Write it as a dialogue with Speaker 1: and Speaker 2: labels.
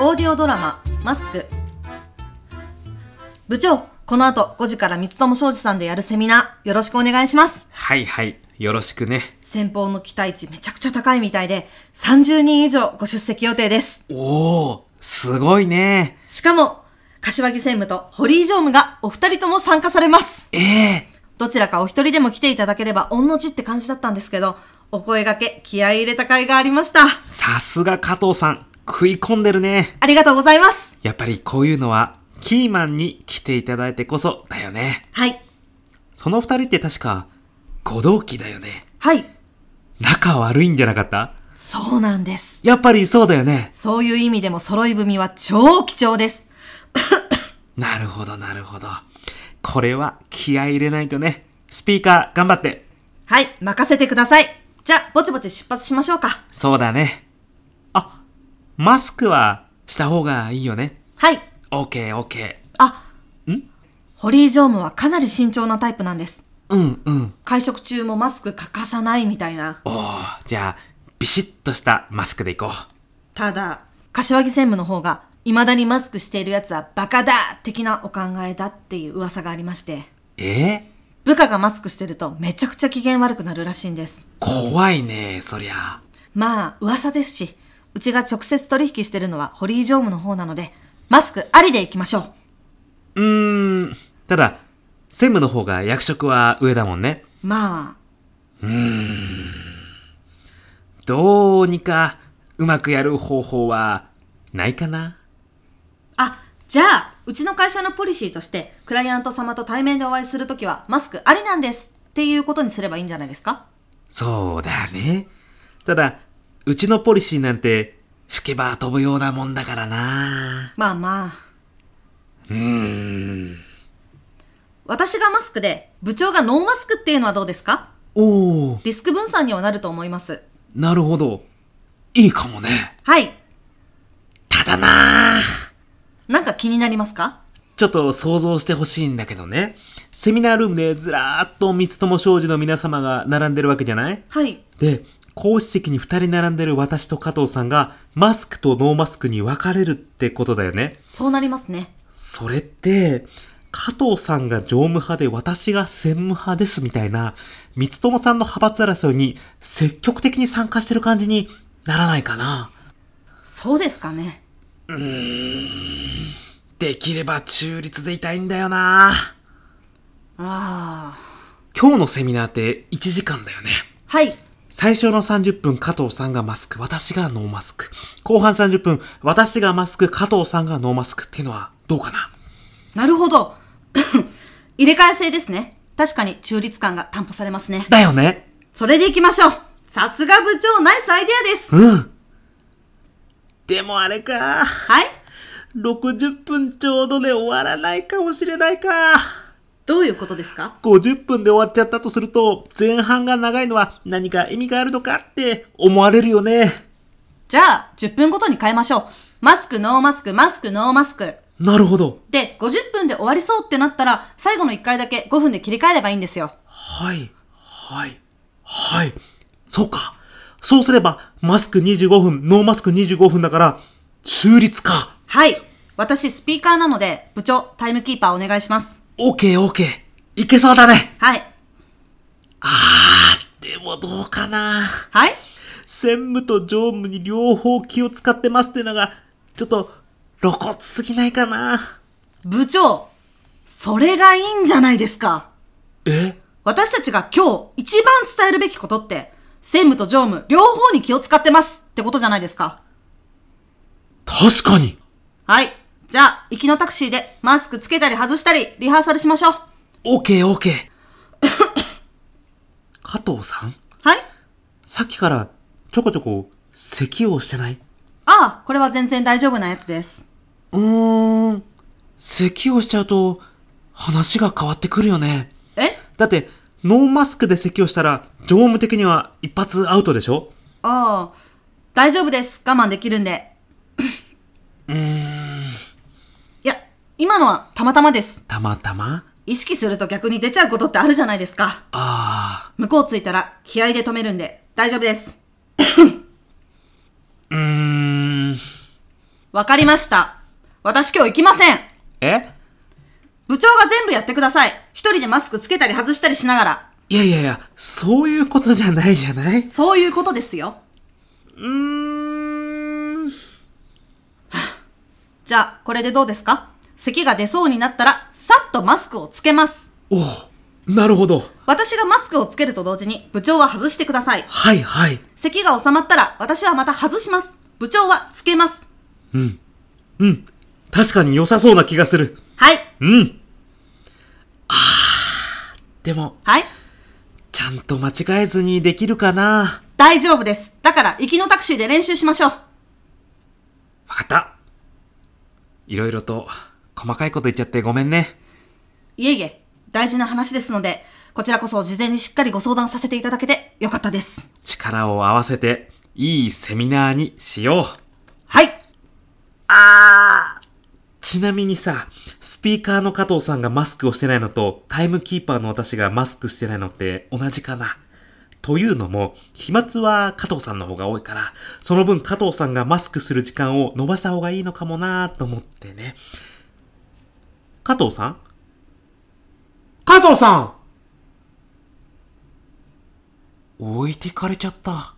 Speaker 1: オーディオドラマ「マスク」部長この後5時から三友商事さんでやるセミナーよろしくお願いします
Speaker 2: はいはい。よろしくね。
Speaker 1: 先方の期待値めちゃくちゃ高いみたいで30人以上ご出席予定です
Speaker 2: おお、すごいね。
Speaker 1: しかも柏木専務と堀井常務がお二人とも参加されます
Speaker 2: ええ
Speaker 1: どちらかお一人でも来ていただければ、御の字って感じだったんですけど、お声掛け、気合い入れた甲斐がありました。
Speaker 2: さすが加藤さん。食い込んでるね。
Speaker 1: ありがとうございます。
Speaker 2: やっぱりこういうのは、キーマンに来ていただいてこそだよね。
Speaker 1: はい。
Speaker 2: その二人って確か、ご同期だよね。
Speaker 1: はい。
Speaker 2: 仲悪いんじゃなかった
Speaker 1: そうなんです。
Speaker 2: やっぱりそうだよね。
Speaker 1: そういう意味でも揃い踏みは超貴重です。
Speaker 2: なるほど、なるほど。これは気合い入れないとね。スピーカー頑張って。
Speaker 1: はい、任せてください。じゃあ、ぼちぼち出発しましょうか。
Speaker 2: そうだね。あ、マスクはした方がいいよね。
Speaker 1: はい。
Speaker 2: オッケーオッケ
Speaker 1: あ、
Speaker 2: ん
Speaker 1: 堀井常務はかなり慎重なタイプなんです。
Speaker 2: ー。うんうん。
Speaker 1: 会食中もマスク欠かさないみたいな。
Speaker 2: おー、じゃあ、ビシッとしたマスクでいこう。
Speaker 1: ただ、柏木専務の方が、未だにマスクしている奴はバカだ的なお考えだっていう噂がありまして、
Speaker 2: え
Speaker 1: 部下がマスクしてるとめちゃくちゃ機嫌悪くなるらしいんです。
Speaker 2: ー、怖いね、そりゃ。
Speaker 1: まあ、噂ですし、うちが直接取引してるのは堀井常務の方なので、マスクありでいきましょう。
Speaker 2: うーん。ただ、専務の方が役職は上だもんね。
Speaker 1: まあ、
Speaker 2: どうにか、うまくやる方法は、ないかな
Speaker 1: あ、じゃあ、うちの会社のポリシーとして、クライアント様と対面でお会いするときは、マスクありなんですっていうことにすればいいんじゃないですか
Speaker 2: そうだね。ただ、うちのポリシーなんて、吹けば飛ぶようなもんだからな。
Speaker 1: まあまあ。
Speaker 2: うーん。
Speaker 1: 私がマスクで、部長がノーマスクっていうのはどうですか
Speaker 2: おー、
Speaker 1: リスク分散にはなると思います。
Speaker 2: なるほど。いいかもね。
Speaker 1: はい。
Speaker 2: ただなー。
Speaker 1: なんか気になりますか
Speaker 2: ちょっと想像してほしいんだけどね。セミナールームでずらーっと三つ友商事の皆様が並んでるわけじゃない
Speaker 1: はい。
Speaker 2: で、講師席に二人並んでる私と加藤さんが、マスクとノーマスクに分かれるってことだよね。
Speaker 1: そうなりますね。
Speaker 2: それって、加藤さんが常務派で私が専務派ですみたいな、三つ友さんの派閥争いに積極的に参加してる感じにならないかな。
Speaker 1: そうですかね。
Speaker 2: できれば中立でいたいんだよな
Speaker 1: ああ。
Speaker 2: 今日のセミナーって1時間だよね。
Speaker 1: はい。
Speaker 2: 最初の30分、加藤さんがマスク、私がノーマスク。後半30分、私がマスク、加藤さんがノーマスクっていうのはどうかな
Speaker 1: なるほど。 入れ替え制ですね。確かに中立感が担保されますね。
Speaker 2: だよね
Speaker 1: それで行きましょう。さすが部長、ナイスアイデアです。
Speaker 2: うんでもあれか。
Speaker 1: はい。
Speaker 2: 60分ちょうどで終わらないかもしれないか。
Speaker 1: どういうことですか
Speaker 2: 50分で終わっちゃったとすると、前半が長いのは何か意味があるのかって思われるよね。
Speaker 1: じゃあ、10分ごとに変えましょう。マスク、ノーマスク、マスク、ノーマスク。
Speaker 2: なるほど。
Speaker 1: で、50分で終わりそうってなったら、最後の1回だけ5分で切り替えればいいんですよ。
Speaker 2: はい、はい、はい。そうか。そうすれば、マスク25分、ノーマスク25分だから、中立か。
Speaker 1: はい。私、スピーカーなので、部長、タイムキーパーお願いします。
Speaker 2: オーケーオーケー。いけそうだね。
Speaker 1: はい。
Speaker 2: あー、でもどうかな。
Speaker 1: はい
Speaker 2: 専務と常務に両方気を使ってますってのが、ちょっと、露骨すぎないかな。
Speaker 1: 部長、それがいいんじゃないですか。
Speaker 2: え
Speaker 1: 私たちが今日一番伝えるべきことって、専務と常務両方に気を使ってますってことじゃないですか。
Speaker 2: 確かに。
Speaker 1: はい。じゃあ、行きのタクシーでマスクつけたり外したり、リハーサルしましょう。
Speaker 2: オーケーオーケー。加藤さん
Speaker 1: はい
Speaker 2: さっきから、ちょこちょこ、咳をしてない
Speaker 1: ああ、これは全然大丈夫なやつです。
Speaker 2: うーん。咳をしちゃうと、話が変わってくるよね。
Speaker 1: え
Speaker 2: だって、ノーマスクで咳をしたら、常務的には一発アウトでしょ
Speaker 1: ああ、大丈夫です。我慢できるんで。うーん。いや、今のはたまたまです。
Speaker 2: たまたま
Speaker 1: 意識すると逆に出ちゃうことってあるじゃないですか。
Speaker 2: あ
Speaker 1: 向こう着いたら気合で止めるんで大丈夫です。
Speaker 2: ー。うーん。
Speaker 1: わかりました。私今日行きません。
Speaker 2: え
Speaker 1: 部長が全部やってください。一人でマスクつけたり外したりしながら。
Speaker 2: いやいやいや、そういうことじゃないじゃない
Speaker 1: そういうことですよ。
Speaker 2: うーん。
Speaker 1: じゃあ、これでどうですか咳が出そうになったら、さっとマスクをつけます。
Speaker 2: おうなるほど。
Speaker 1: 私がマスクをつけると同時に、部長は外してください。
Speaker 2: はいはい。
Speaker 1: 咳が収まったら、私はまた外します。部長はつけます。
Speaker 2: うん。確かに良さそうな気がする。
Speaker 1: はい。
Speaker 2: うん。あー、でも、
Speaker 1: はい。
Speaker 2: ちゃんと間違えずにできるかな
Speaker 1: 大丈夫です。だから、行きのタクシーで練習しましょう。
Speaker 2: わかった。いろいろと、細かいこと言っちゃってごめんね。
Speaker 1: いえいえ、大事な話ですので、こちらこそ事前にしっかりご相談させていただけてよかったです。
Speaker 2: 力を合わせて、いいセミナーにしよう。
Speaker 1: はい。
Speaker 2: ちなみにさ、スピーカーの加藤さんがマスクをしてないのと、タイムキーパーの私がマスクしてないのって同じかな。というのも、飛沫は加藤さんの方が多いから、その分加藤さんがマスクする時間を伸ばした方がいいのかもなと思ってね。加藤さん加藤さん置いてかれちゃった。